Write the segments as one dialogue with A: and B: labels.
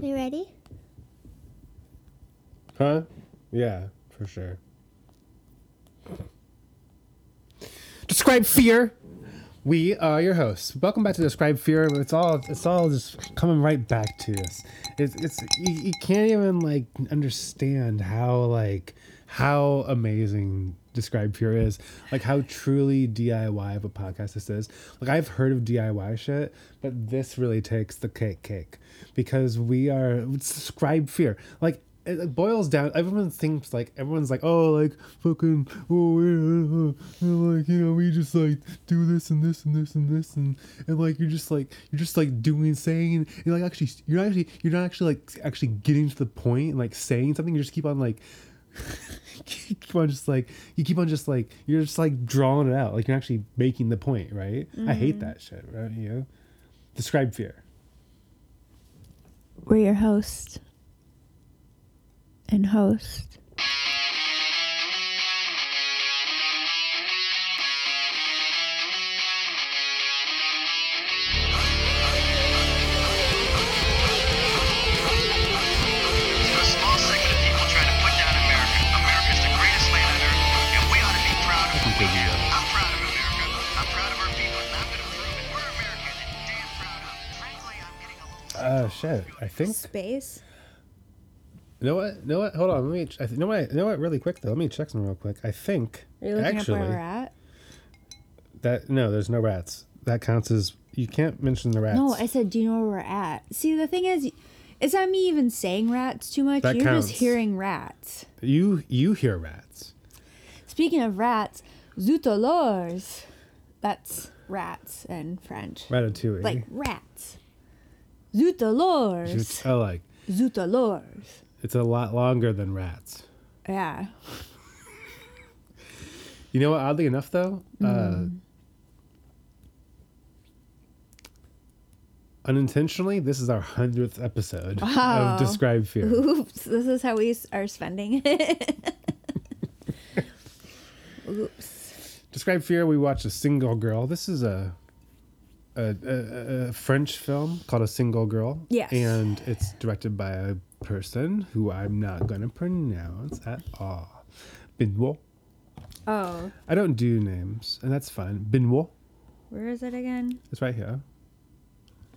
A: You ready?
B: Huh? Yeah, for sure. Describe fear. We are your hosts. Welcome back to Describe Fear. It's all it's all just coming right back to us. It's it's you, you can't even like understand how like how amazing Describe Fear is. Like how truly DIY of a podcast this is. Like I've heard of DIY shit, but this really takes the cake cake because we are it's Describe Fear. Like it it boils down. Everyone thinks like everyone's like, oh, like fucking, oh, we're, uh, uh, like you know, we just like do this and this and this and this and and like you're just like you're just like doing saying and like actually you're not actually you're not actually like actually getting to the point and like saying something. You just keep on like keep on just like you keep on just like you're just like drawing it out. Like you're actually making the point, right? I hate that shit, right? You know? describe fear.
A: We're your host and host.
C: There's a small segment of people trying to put down America. America's the greatest land on earth, and we ought to be proud of it. I'm proud of America. I'm proud of our people, and I'm going to prove it. We're American, and damn proud of it. Frankly, I'm getting a little.
B: Oh shit! I think
D: Space.
B: You know what? You know what? Hold on. Let me. ch- I th- you know what? You know what? Really quick though. Let me check some real quick. I think
D: Are you looking
B: actually
D: up where we're at?
B: that no, there's no rats. That counts as you can't mention the rats.
D: No, I said, do you know where we're at? See, the thing is, it's not me even saying rats too much.
B: That
D: You're
B: counts.
D: just hearing rats.
B: you you hear rats.
D: Speaking of rats, zootolors. That's rats in French.
B: Ratatouille.
D: Like rats. Zootolors.
B: It's- I oh, like.
D: Zootolors.
B: It's a lot longer than rats.
D: Yeah.
B: You know what? Oddly enough, though,
D: Mm.
B: uh, unintentionally, this is our hundredth episode
D: Wow.
B: of Describe Fear.
D: Oops, this is how we s- are spending it. Oops.
B: Describe Fear. We watched a single girl. This is a a, a, a- a French film called A Single Girl.
D: Yes.
B: And it's directed by a person who I'm not gonna pronounce at all. Benoit.
D: Oh,
B: I don't do names, and that's fine. Benoit.
D: where is it again?
B: It's right here.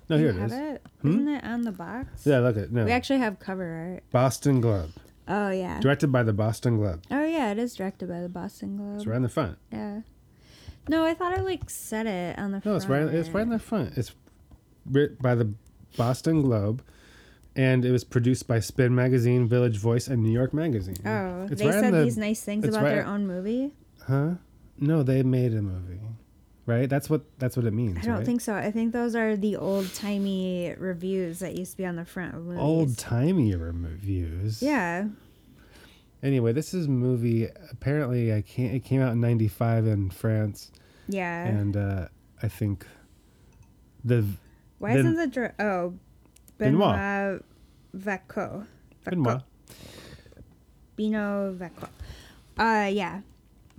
B: No, Oh, here
D: you
B: it
D: have
B: is. Hmm?
D: it? Isn't it on the box?
B: Yeah, look at no.
D: We actually have cover
B: Boston Globe.
D: art. Oh yeah.
B: Directed by the Boston Globe.
D: oh yeah, it is directed by the Boston Globe.
B: It's right on the front.
D: Yeah. No, I thought I like said it on the.
B: No,
D: front.
B: it's right. It's right on the front. It's writ by the Boston Globe, and it was produced by Spin Magazine, Village Voice, and New York Magazine.
D: Oh,
B: It's
D: they
B: right on
D: said
B: the-
D: these nice things
B: it's
D: about their
B: right-
D: own movie.
B: Huh? No, they made a movie, right? That's what that's what it means.
D: I don't
B: right?
D: think so. I think those are the old timey reviews that used to be on the front of movies.
B: old timey reviews.
D: Yeah.
B: Anyway, this is movie. Apparently, I can't. It came out in '95 in France,
D: Yeah.
B: and uh, I think the
D: Why
B: Ben-
D: isn't the dir- oh
B: Benoit.
D: Benoit Vacco
B: Benoit.
D: Bino Vacco? Uh, yeah.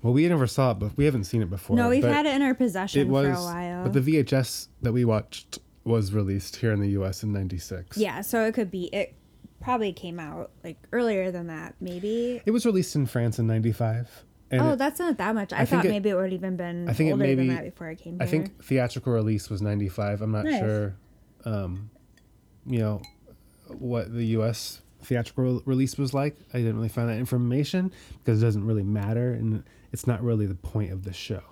B: Well, we never saw it, but we haven't seen it before.
D: No, we've
B: but-
D: had it in our possession for a while.
B: But the VHS that we watched was released here in the U.S. in '96.
D: yeah, so it could be it. Probably came out like earlier than that, maybe.
B: it was released in France in '95. And
D: oh,
B: it-
D: that's not that much. I,
B: I think
D: thought
B: it-
D: maybe it would even been
B: I think it
D: older
B: maybe-
D: than that before I came here.
B: I think theatrical release was '95. I'm not
D: Nice.
B: sure, um, you know, what the U.S. theatrical release was like. I didn't really find that information because it doesn't really matter, and it's not really the point of the show.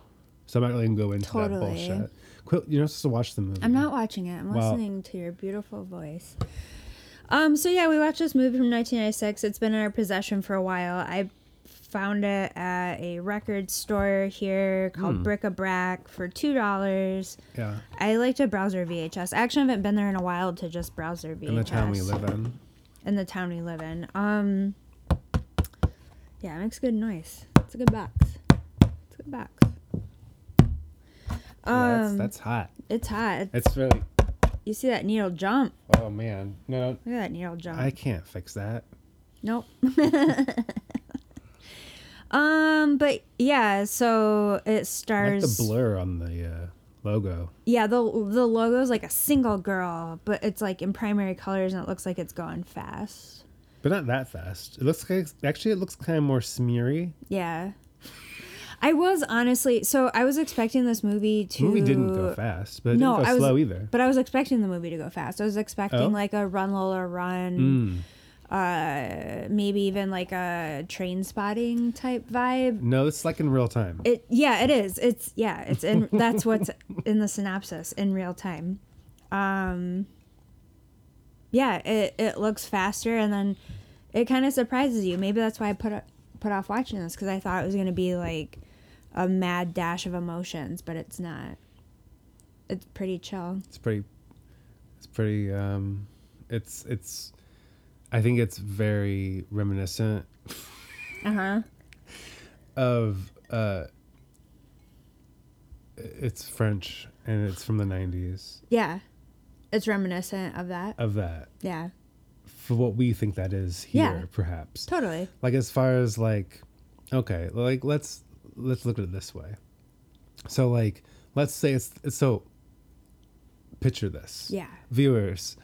B: So I'm not really gonna go into that
D: Totally.
B: bullshit. Quit, you're not supposed to watch the movie.
D: I'm not watching it. I'm
B: Wow.
D: listening to your beautiful voice. Um. So yeah, we watched this movie from 1996. It's been in our possession for a while. I found it at a record store here
B: Hmm.
D: called Bric-a-Brac for two dollars.
B: Yeah,
D: I like to browse their VHS. I actually haven't been there in a while to just browse their VHS
B: in the town we live in.
D: in the town we live in. Um. Yeah, it makes good noise. It's a good box. It's a good box.
B: yeah, that's,
D: Um,
B: that's hot.
D: It's hot.
B: It's really.
D: You see that needle jump.
B: Oh man, no,
D: Look at that needle jump.
B: I can't fix that.
D: Nope. um, but yeah, so it
B: I like
D: stars
B: the blur on the uh, logo.
D: Yeah, the the logo is like a single girl, but it's like in primary colors and it looks like it's going fast.
B: But not that fast. It looks like actually it looks kind of more smeary.
D: Yeah. I was honestly so I was expecting this movie to
B: The movie didn't go fast, but it
D: No,
B: didn't
D: I
B: go
D: was
B: slow either.
D: But I was expecting the movie to go fast. I was expecting
B: Oh?
D: like a run Lola run.
B: Mm.
D: Uh, maybe even like a train spotting type vibe.
B: No, it's like in real time.
D: It yeah, it is. It's yeah, it's in that's what's in the synopsis in real time. Um yeah, it, it looks faster and then it kind of surprises you. Maybe that's why I put o- put off watching this cuz I thought it was going to be like a mad dash of emotions, but it's not. It's pretty chill.
B: it's pretty it's pretty um it's it's i think it's very reminiscent
D: Uh-huh.
B: of uh it's french and it's from the 90s
D: Yeah. It's reminiscent of that.
B: of that
D: Yeah.
B: for what we think that is here
D: Yeah.
B: perhaps
D: Totally.
B: like as far as like okay like let's let's look at it this way so like let's say it's so picture this
D: Yeah.
B: viewers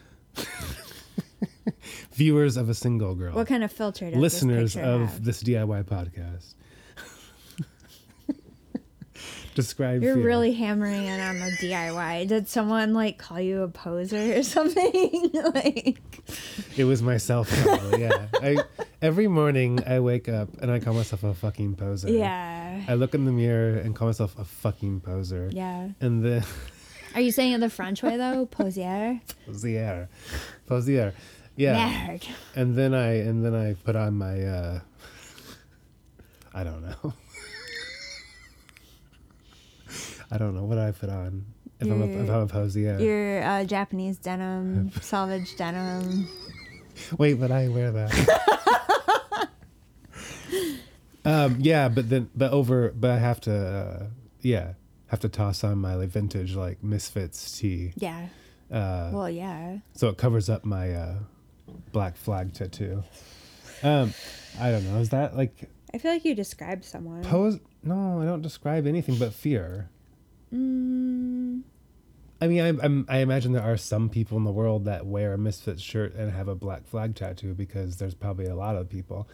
B: viewers of a single girl
D: What kind of filter does
B: listeners
D: this picture
B: of
D: have?
B: this diy podcast describe
D: You're
B: fear.
D: really hammering in on the DIY. Did someone like call you a poser or something? like,
B: it was myself probably, yeah I, every morning i wake up and i call myself a fucking poser
D: yeah,
B: i look in the mirror and call myself a fucking poser
D: yeah.
B: and then
D: Are you saying it the French way though? Posier,
B: Posier. Posier. Yeah.
D: nerd.
B: And then I and then I put on my uh I don't know. I don't know what I put on. If I'm a, if I'm a posier.
D: Your uh, Japanese denim, salvage denim.
B: Wait, but I wear that. um yeah, but then but over but I have to uh, yeah, have to toss on my like vintage like Misfits tee.
D: Yeah.
B: Uh,
D: well, yeah.
B: so it covers up my uh, black flag tattoo. Um, I don't know. Is that like
D: I feel like you described someone.
B: pose? No, I don't describe anything but fear.
D: mm,
B: I mean, I, I'm, I imagine there are some people in the world that wear a misfit shirt and have a black flag tattoo because there's probably a lot of people.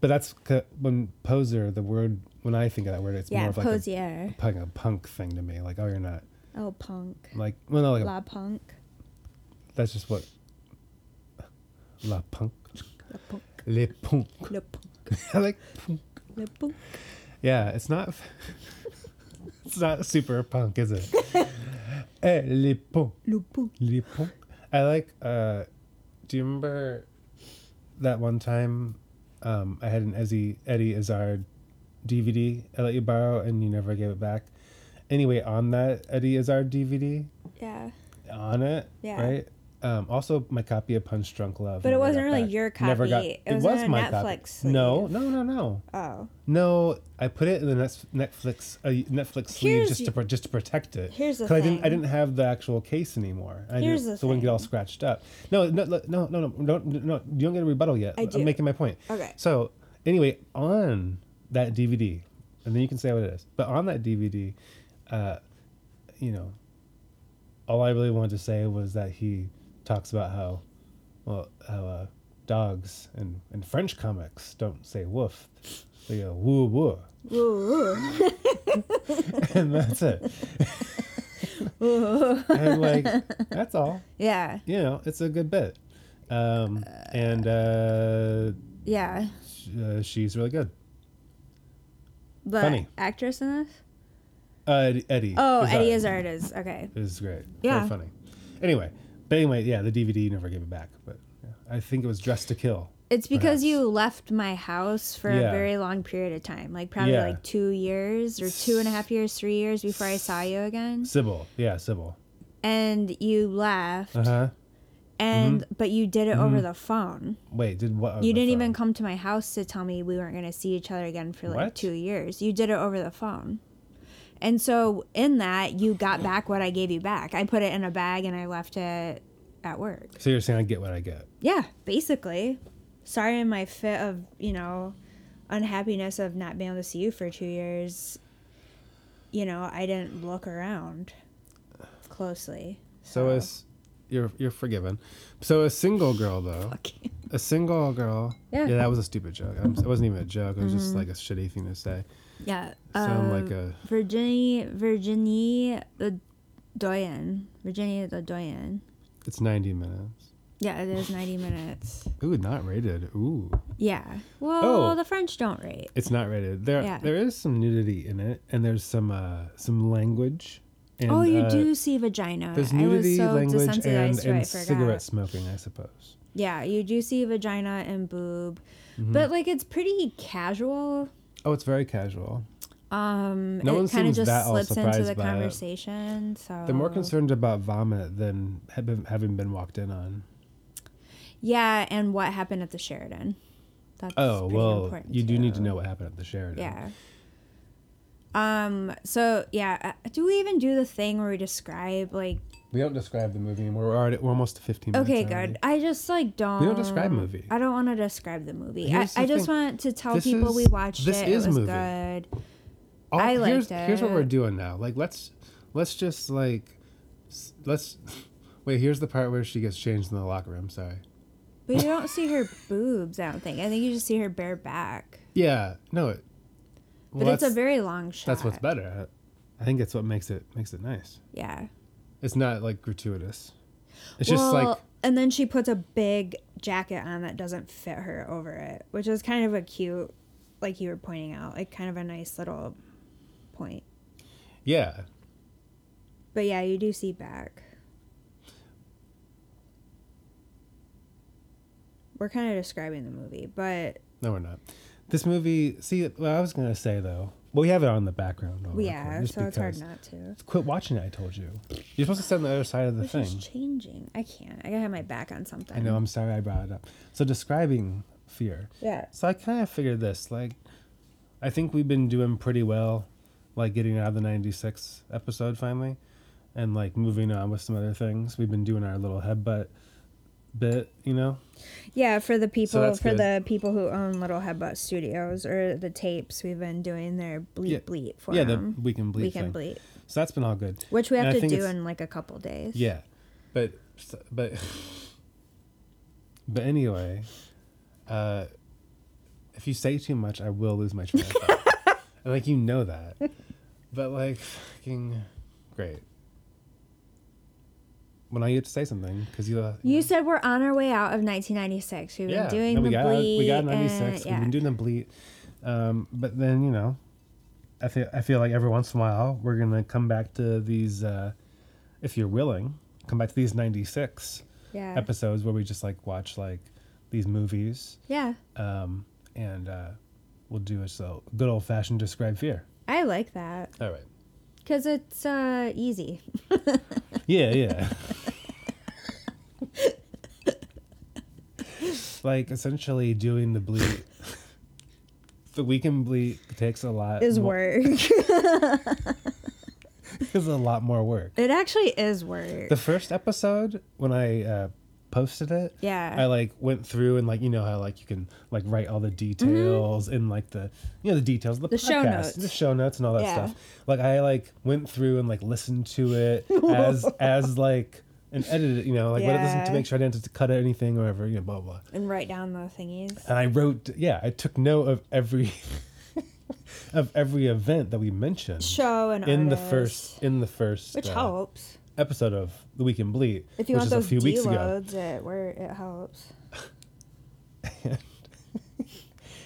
B: But that's c- when poser, the word, when I think of that word, it's
D: yeah,
B: more of like a,
D: posier.
B: like a punk thing to me. Like, oh, you're not
D: Oh, punk.
B: like, well, no, like a
D: La punk.
B: That's just what. La punk.
D: La punk.
B: Le punk.
D: La punk.
B: I like punk.
D: La punk.
B: Yeah, it's not. It's not super punk, is it? hey, les punk.
D: La punk.
B: Les punk. I like. Uh, do you remember that one time um, I had an Ezzy, Eddie Izzard DVD I let you borrow and you never gave it back? Anyway, on that Eddie Izzard DVD,
D: Yeah.
B: on it,
D: Yeah.
B: right? Um, also, my copy of Punch Drunk Love.
D: But it
B: never
D: wasn't
B: got
D: really
B: back.
D: your
B: Never got,
D: copy. It was on a Netflix
B: Copy. No,
D: sleeve.
B: no, no, no,
D: Oh.
B: no. I put it in the Nets- Netflix uh, Netflix sleeve
D: Here's
B: just to
D: y-
B: pro- just to protect it.
D: here's the
B: 'Cause I didn't I
D: thing.
B: didn't have the actual case anymore. I
D: Here's
B: didn't,
D: the
B: so it wouldn't get all
D: thing.
B: scratched up. No, no, no, no, no, no, no, no. You don't get a rebuttal yet.
D: I do.
B: am making my point.
D: Okay.
B: So anyway, on that DVD, and then you can say what it is. But on that DVD, uh, you know, all I really wanted to say was that he talks about how, well, how uh, dogs and, and French comics don't say woof, they go woo woo,
D: Ooh.
B: and that's it. and like that's all.
D: Yeah.
B: You know, it's a good bit, um, and uh,
D: Yeah.
B: sh- uh, she's really good.
D: The
B: Funny.
D: actress in this?
B: Uh, Eddie.
D: Oh,
B: Izzard
D: Eddie Izzard is. Okay.
B: is great.
D: Yeah.
B: Very funny. Anyway, but anyway, yeah, the DVD never gave it back, but yeah. I think it was Dressed to Kill.
D: It's because
B: Perhaps.
D: you left my house for
B: Yeah.
D: a very long period of time, like probably
B: Yeah.
D: like two years or two and a half years, three years before I saw you again.
B: Sybil. Yeah, Sybil.
D: And you left,
B: Uh huh.
D: and but you did it
B: Mm-hmm.
D: over the phone.
B: Wait, did what?
D: You didn't even come to my house to tell me we weren't going to see each other again for like
B: What?
D: two years. You did it over the phone. And so, in that, you got back what I gave you back. I put it in a bag and I left it at work.
B: So you're saying I get what I get.
D: Yeah, basically. Sorry in my fit of, you know, unhappiness of not being able to see you for two years. You know, I didn't look around. closely.
B: So
D: Oh.
B: is you're you're forgiven. So a single girl though,
D: Okay.
B: a single girl.
D: Yeah. Mm-hmm.
B: that was a stupid joke. I'm, it wasn't even a joke. It was just like a shitty thing to say.
D: Yeah.
B: Sound
D: uh,
B: like a
D: Virginie, Virginie the Doyen. Virginie the Doyen.
B: it's 90 minutes.
D: Yeah, it is 90 minutes.
B: Ooh, not rated. Ooh,
D: Yeah. Well,
B: Oh.
D: the French don't rate.
B: it's not rated. There
D: Yeah.
B: there is some nudity in it, and there's some uh some language. And,
D: oh, you
B: uh,
D: do see vagina.
B: There's
D: I was
B: nudity,
D: so
B: language,
D: desensitized
B: and,
D: to it, I
B: and
D: forgot.
B: cigarette smoking, I suppose.
D: Yeah, you do see vagina and boob,
B: Mm-hmm.
D: but like it's pretty casual.
B: Oh, it's very casual.
D: Um,
B: No one
D: it kind of
B: seems
D: just
B: that all
D: slips into
B: surprised
D: the
B: by it.
D: conversation. So
B: They're more concerned about vomit than ha- been- having been walked in on.
D: Yeah, and what happened at the Sheridan? That's
B: Oh,
D: pretty
B: well,
D: important,
B: you do need to
D: too.
B: know what happened at the Sheridan.
D: Yeah. Um. So yeah, uh, do we even do the thing where we describe like?
B: We don't describe the movie, and we're already we're almost to 15 minutes.
D: Okay,
B: already.
D: good. I just like don't.
B: describe movie.
D: I don't want to describe the movie. I,
B: Here's the
D: I just
B: thing.
D: want to tell
B: This
D: people we
B: is-
D: watched
B: this
D: it.
B: is
D: it was
B: movie.
D: good.
B: All-
D: I
B: Oh, here's,
D: liked
B: Here's what we're
D: it.
B: doing now. Like let's let's just like s- let's wait. Here's the part where she gets changed in the locker room. Sorry.
D: But you don't see her boobs. I don't think. I think you just see her bare back.
B: Yeah. No. It, well,
D: But it's a
B: that's-
D: very long shot.
B: that's what's better. I think it's what makes it makes it nice.
D: Yeah.
B: It's not like gratuitous. It's
D: well,
B: just like
D: and then she puts a big jacket on that doesn't fit her over it, which is kind of a cute, like you were pointing out, like kind of a nice little point.
B: yeah.
D: But yeah, you do see back. We're kind of describing the movie, but
B: No, we're not. This movie. See, what I was gonna say though. Well, we have it on the background. on
D: yeah,
B: record, just
D: so it's hard
B: because-
D: not to.
B: Quit watching it. I told you. You're supposed to sit on the other side of the
D: This
B: thing.
D: is changing. I can't. I gotta have my back on something.
B: I know. I'm sorry I brought it up. So describing fear.
D: Yeah.
B: So I kind of figured this. Like, I think we've been doing pretty well, like getting out of the '96 episode finally, and like moving on with some other things. We've been doing our little headbutt bit, you know.
D: Yeah, for the people
B: that's
D: for
B: good.
D: the people who own Little Headbutt Studios or the tapes, we've been doing their bleep
B: Yeah.
D: bleep for
B: yeah, the
D: them.
B: we can bleed.
D: we can
B: thing.
D: bleep,
B: So that's been all good.
D: which we
B: And I
D: have to
B: think
D: do
B: it's-
D: in like a couple days.
B: Yeah, but but but anyway, uh, if you say too much, I will lose my train of thought. and like you know that, but like fucking great. Well, now you have to say something because you. Uh,
D: You said we're on our way out of 1996. We've
B: yeah,
D: been doing
B: no,
D: the
B: we got
D: bleep.
B: we got
D: and-
B: ninety six.
D: yeah.
B: We've been doing the bleat, um, but then you know, I feel I feel like every once in a while we're gonna come back to these, uh, if you're willing, come back to these ninety six
D: yeah.
B: episodes where we just like watch like these movies
D: yeah.
B: um, and uh, we'll do a so good old fashioned describe fear.
D: I like that
B: All right.
D: because it's uh, easy.
B: Yeah, yeah. like essentially doing the bleat. The weekend bleat takes a lot.
D: Is
B: mo-
D: work.
B: Is a lot more work.
D: it actually is work.
B: The first episode when I uh, posted it,
D: Yeah.
B: I like went through and like you know how like you can like write all the details and like the you know the details of the,
D: Mm-hmm. The show
B: podcast,
D: notes.
B: the show notes and all that
D: Yeah.
B: stuff. Like I like went through and like listened to it as as like and edited it, you know, like what it doesn't to
D: Yeah.
B: make sure I didn't cut out anything or whatever, you know, blah blah.
D: and write down the thingies.
B: And I wrote, yeah, I took note of every of every event that we mentioned
D: Show and
B: in the
D: artist,
B: first in the first
D: which
B: uh,
D: helps.
B: episode of the Week in Bleed,
D: If you
B: which
D: want
B: is
D: those
B: a few weeks ago.
D: deloads, it where it helps.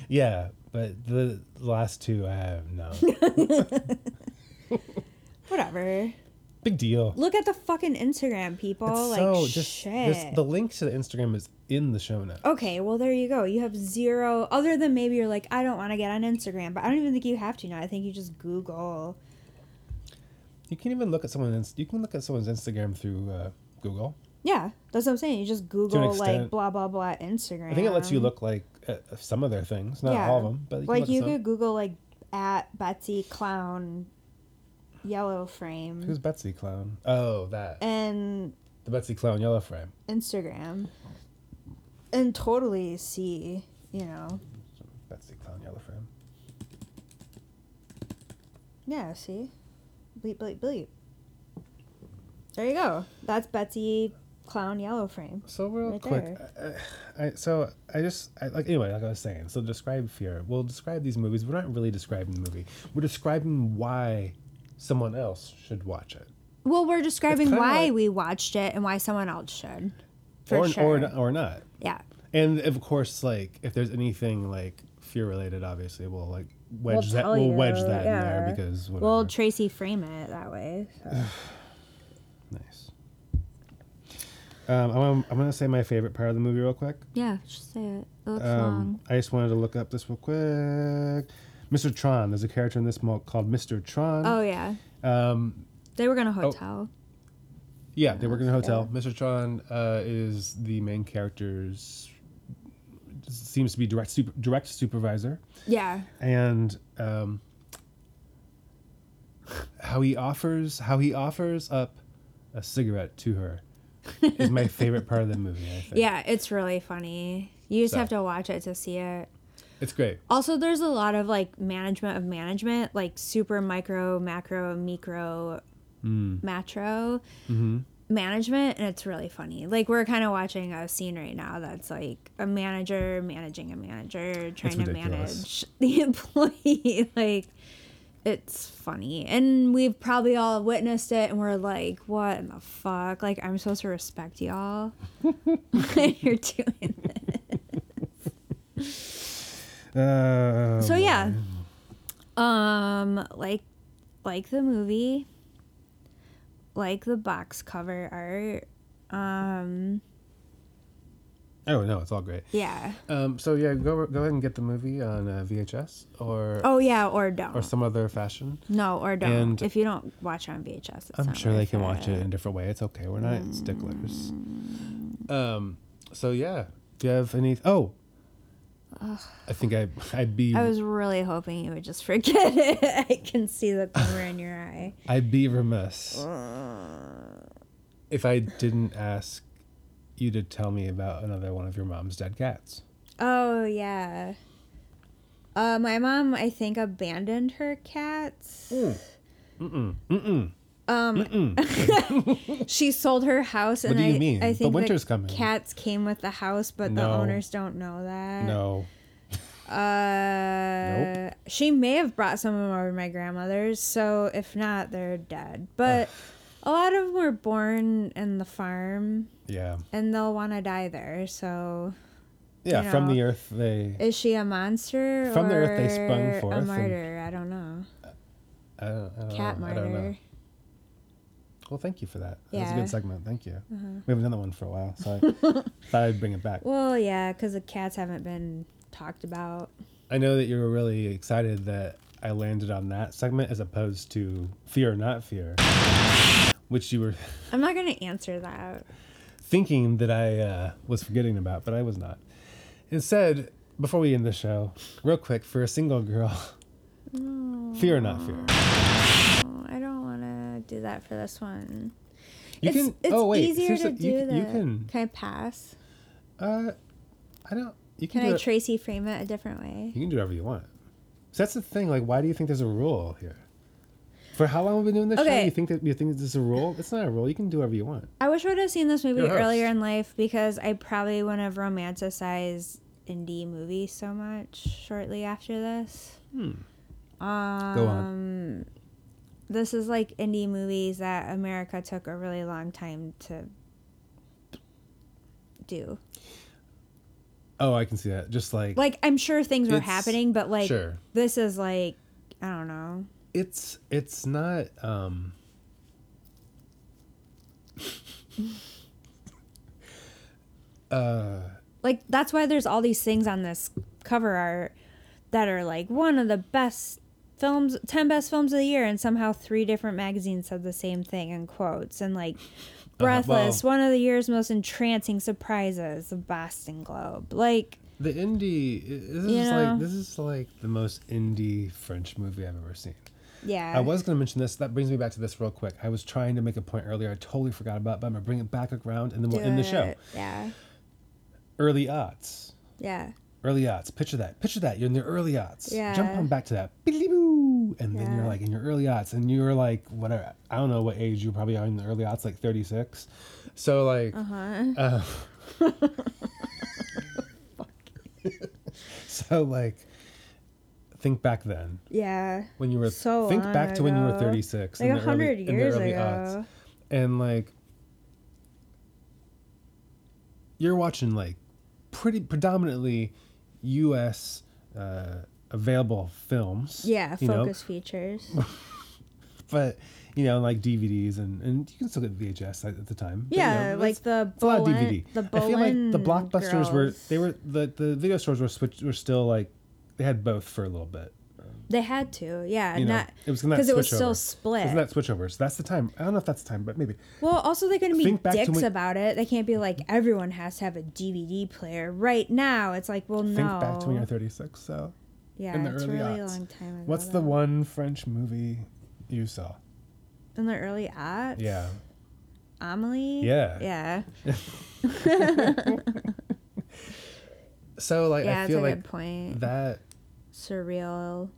B: Yeah, but the last two I have no
D: Whatever.
B: big deal.
D: Look at the fucking Instagram, people. Oh, like shit.
B: this- the link to the Instagram is in the show notes.
D: okay, well there you go. You have zero. Other than maybe you're like, I don't want to get on Instagram, but I don't even think you have to now. I think you just Google.
B: You can even look at someone's you can look at someone's Instagram through uh, Google.
D: Yeah, that's what I'm saying. You just Google like
B: extent.
D: blah blah blah Instagram.
B: I think it lets you look like at some of their things, not all of them, but you can
D: like
B: look
D: you
B: at some.
D: could Google like at Betsy Clown Yellow Frame
B: Who's Betsy Clown? Oh,
D: Eh.
B: that
D: and
B: the Betsy Clown yellow frame.
D: Instagram, and totally see you know
B: Betsy Clown yellow frame.
D: Yeah, see? Bleep, bleep, bleep. There you go. That's Betsy Clown Yellow Frame.
B: So real
D: Right
B: quick, uh, I, so I just I, like anyway, like I was saying. So describe fear. We'll describe these movies. We're not really describing the movie. We're describing why someone else should watch it,
D: Well, we're describing
B: kinda
D: why
B: like-
D: we watched it and why someone else should. For
B: or
D: sure.
B: or or not.
D: yeah.
B: And of course, like if there's anything like fear related, obviously we'll like wedge that.
D: tell
B: We'll
D: you,
B: wedge that in
D: yeah.
B: there because whatever.
D: We'll Tracy frame it that way. so.
B: nice. Um, I'm, I'm gonna say my favorite part of the movie real quick.
D: Yeah, just say it. It looks long.
B: Um, I just wanted to look up this real quick. Mr. Tron. There's a character in this mo- called Mr. Tron.
D: Oh yeah.
B: Um,
D: They were gonna hotel.
B: yeah, they work in a hotel. Mr. Tron uh, is the main character's seems to be direct super, direct supervisor,
D: Yeah.
B: and um, how he offers how he offers up a cigarette to her is my favorite part of the movie. I think.
D: Yeah, it's really funny. You just
B: So.
D: have to watch it to see it.
B: it's great.
D: Also, there's a lot of like management of management, like super micro, macro, micro, macro management, and it's really funny. Like we're kind of watching a scene right now that's like a manager managing a manager, trying to
B: ridiculous.
D: manage the employee. like it's funny, and we've probably all witnessed it, and we're like, "What in the fuck?" Like I'm supposed to respect y'all. You're doing this.
B: Uh,
D: So yeah. Um like like the movie, like the box cover art. Um
B: oh no, it's all great.
D: yeah.
B: Um, so yeah, go go ahead and get the movie on uh, VHS or
D: Oh yeah, or don't.
B: or some other fashion.
D: no, or don't.
B: and-
D: if you don't watch it on VHS, it's
B: I'm
D: not Mm.
B: sure they
D: worth
B: can watch it in a different way. It's okay. We're not sticklers. Um, so yeah, do you have any? Oh, I think I I'd be
D: I was really hoping you would just forget it. I can see the glimmer in your eye.
B: I'd be remiss
D: Uh.
B: if I didn't ask you to tell me about another one of your mom's dead cats.
D: Oh yeah. Uh, my mom, I think, abandoned her cats. Mm. Mm-mm. Mm-mm. Um, she sold her house, and
B: do you
D: I,
B: mean?
D: I
B: The
D: think
B: winter's coming.
D: cats came with the house, but the
B: No.
D: owners don't know that.
B: No,
D: Uh, She may have brought some of them over to my grandmother's, so if not, they're dead. But a lot of them were born in the farm,
B: yeah,
D: and they'll want to die there. So
B: yeah. From
D: know,
B: the earth, they.
D: is she a monster
B: From
D: or
B: the earth they sprung forth
D: a
B: and-
D: martyr? I don't know.
B: I don't, I don't
D: Cat
B: know. I
D: martyr.
B: don't know. Well, thank you for that. That was a
D: Yeah. Uh-huh.
B: good segment. Thank you. We haven't done that one for a while, so I thought I'd bring it back.
D: Well, yeah, because the cats haven't been talked about.
B: I know that you were really excited that I landed on that segment as opposed to Fear or Not Fear, which you were
D: I'm not gonna answer that.
B: thinking that I uh, was forgetting about, but I was not. Instead, before we end the show, real quick for a single girl, Fear or Not Fear.
D: Oh, I don't want to do that for this one.
B: You
D: it's
B: can.
D: it's
B: oh wait,
D: easier
B: seriously,
D: to do
B: you,
D: that.
B: You can.
D: I pass?
B: Uh, I don't. You can.
D: Can
B: do
D: I
B: it-
D: Tracy frame it a different way?
B: You can do whatever you want. So that's the thing. Like, why do you think there's a rule here? For how long have we been doing this show?
D: Okay.
B: You think that you think that there's a rule? It's not a rule. You can do whatever you want.
D: I wish I would have seen this movie
B: Your host.
D: earlier in life because I probably wouldn't have romanticized indie movies so much shortly after this.
B: Hmm.
D: Um,
B: Go on.
D: This is like indie movies that America took a really long time to do.
B: Oh, I can see that. Just like,
D: Like I'm sure things were
B: It's-
D: happening, but like
B: sure.
D: this is like I don't know.
B: it's it's not. um Uh,
D: Like that's why there's all these things on this cover art that are like one of the best films, 10 best films of the year and somehow three different magazines said the same thing in quotes and like
B: Uh-huh.
D: Breathless, one of the year's most entrancing surprises, the Boston Globe. Like
B: the indie. This is
D: You know.
B: like this is like the most indie French movie I've ever seen.
D: yeah.
B: I was going to mention this. That brings me back to this real quick. I was trying to make a point earlier. I totally forgot about, it, but I'm going to bring it back around and then we'll end the show.
D: But, Yeah.
B: Early aughts.
D: Yeah.
B: Early aughts. Picture that. Picture that. You're in the early aughts. Jump
D: Yeah.
B: on back to that. Beep-a-dee-boo. you, and then you're
D: Yeah.
B: like in your early aughts, and you're like whatever. I don't know what age you probably are in the early aughts, like 36. So
D: Uh-huh.
B: like, Uh-huh.
D: Huh?
B: so like, think back then
D: Yeah.
B: when you were
D: So
B: think
D: long
B: back to when you were
D: ago.
B: 36
D: Like
B: in
D: a
B: the
D: hundred
B: early, in the
D: years
B: early aughts.
D: ago.
B: and like you're watching like pretty predominantly U.S. Uh, available films.
D: Yeah,
B: you know,
D: focus features.
B: but you know like DVDs and and you can still get VHS at, at the time. but, you know,
D: Yeah,
B: that's-
D: like the
B: it's a lot of
D: Bolin,
B: DVD.
D: The
B: I feel like the
D: Bolin
B: blockbusters were
D: girls.
B: they were the the video stores were switched were still like they had both for a little bit.
D: They had to, yeah,
B: You know,
D: not
B: it was in that
D: because it was
B: switchover.
D: still
B: It
D: split.
B: was in that switchover. So that's the time. I don't know if that's the time, but maybe.
D: well, also they're going to be
B: Think back to
D: dicks
B: when-
D: about it. They can't be like everyone has to have a DVD player right now. It's like, well,
B: Think
D: no.
B: back to when you're 36. So,
D: yeah,
B: in the
D: it's
B: early
D: really a
B: aughts.
D: long time ago.
B: what's the
D: though.
B: one French movie you saw?
D: in the early aughts?
B: Yeah.
D: Amelie.
B: Yeah.
D: yeah,
B: So like
D: yeah.
B: I
D: That's a
B: feel like
D: good point.
B: that
D: Surreal.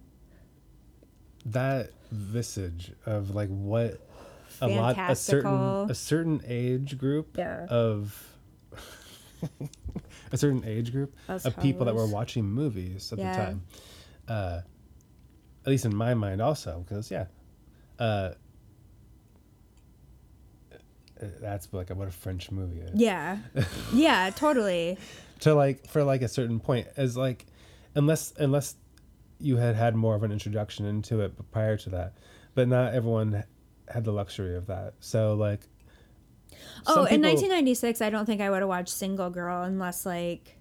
B: that visage of like what a lot a certain
D: Fantastical.
B: a certain age group
D: Yeah.
B: of a certain age group
D: Us
B: of people that were
D: hoes.
B: watching movies at
D: Yeah.
B: the time. Uh, at least in my mind, also because yeah, uh, uh, that's like what a French movie is.
D: Yeah, yeah, totally.
B: to like for like a certain point as like unless unless you had had more of an introduction into it prior to that but not everyone had the luxury of that so like
D: Oh,
B: some
D: in
B: people-
D: 1996, I don't think I would have watched Single Girl unless like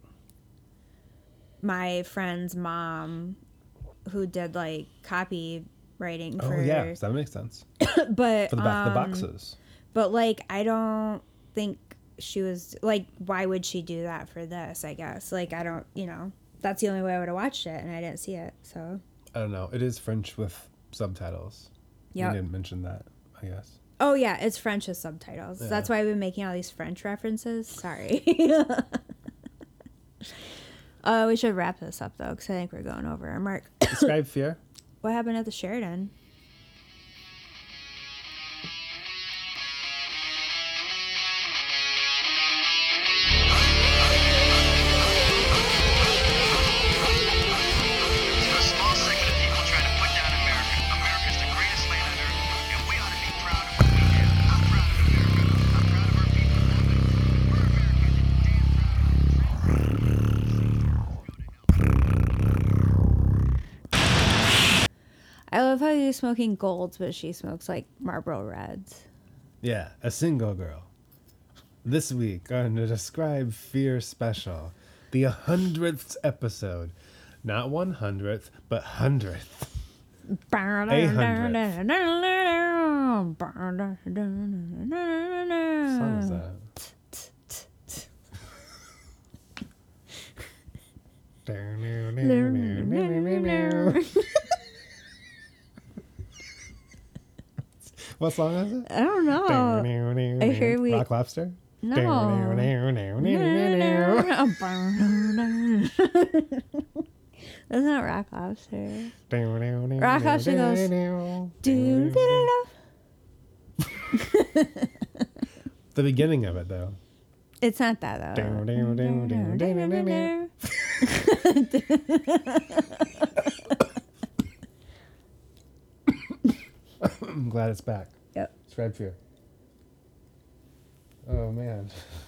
D: my friend's mom, who did like copywriting for,
B: oh yeah so that makes sense
D: but
B: for the back
D: um,
B: of the boxes
D: but like I don't think she was like, why would she do that for this? I guess like I don't, you know, that's the only way I would have watched it, and I didn't see it, so
B: i don't know it is french with subtitles
D: Yep.
B: we didn't mention that i guess
D: Oh yeah, it's French with subtitles. That's why I've been making all these French references. Sorry. uh, we should wrap this up though, because I think we're going over our mark.
B: describe fear
D: what happened at the Sheridan?
C: In a small segment of people trying to put down America, America's the greatest land on earth, and we ought to be proud of what we did. I'm proud of America. I'm proud of our people. We're American and damn proud of it.
D: I love how he's smoking golds, but she smokes like Marlboro Reds.
B: yeah a single girl this week on the describe fear special the 100th episode not 100th but 100th song is that?
D: Hmm.
B: what song is it?
D: I don't know. I hear we-
B: Rock Lobster?
D: No.
B: That's
D: That's not Rock Lobster. Rock Lobster goes, Doo, diddle-do.
B: The beginning of it, though.
D: It's not that though.
B: I'm glad it's back.
D: Yep.
B: It's Red Fear. Oh, man.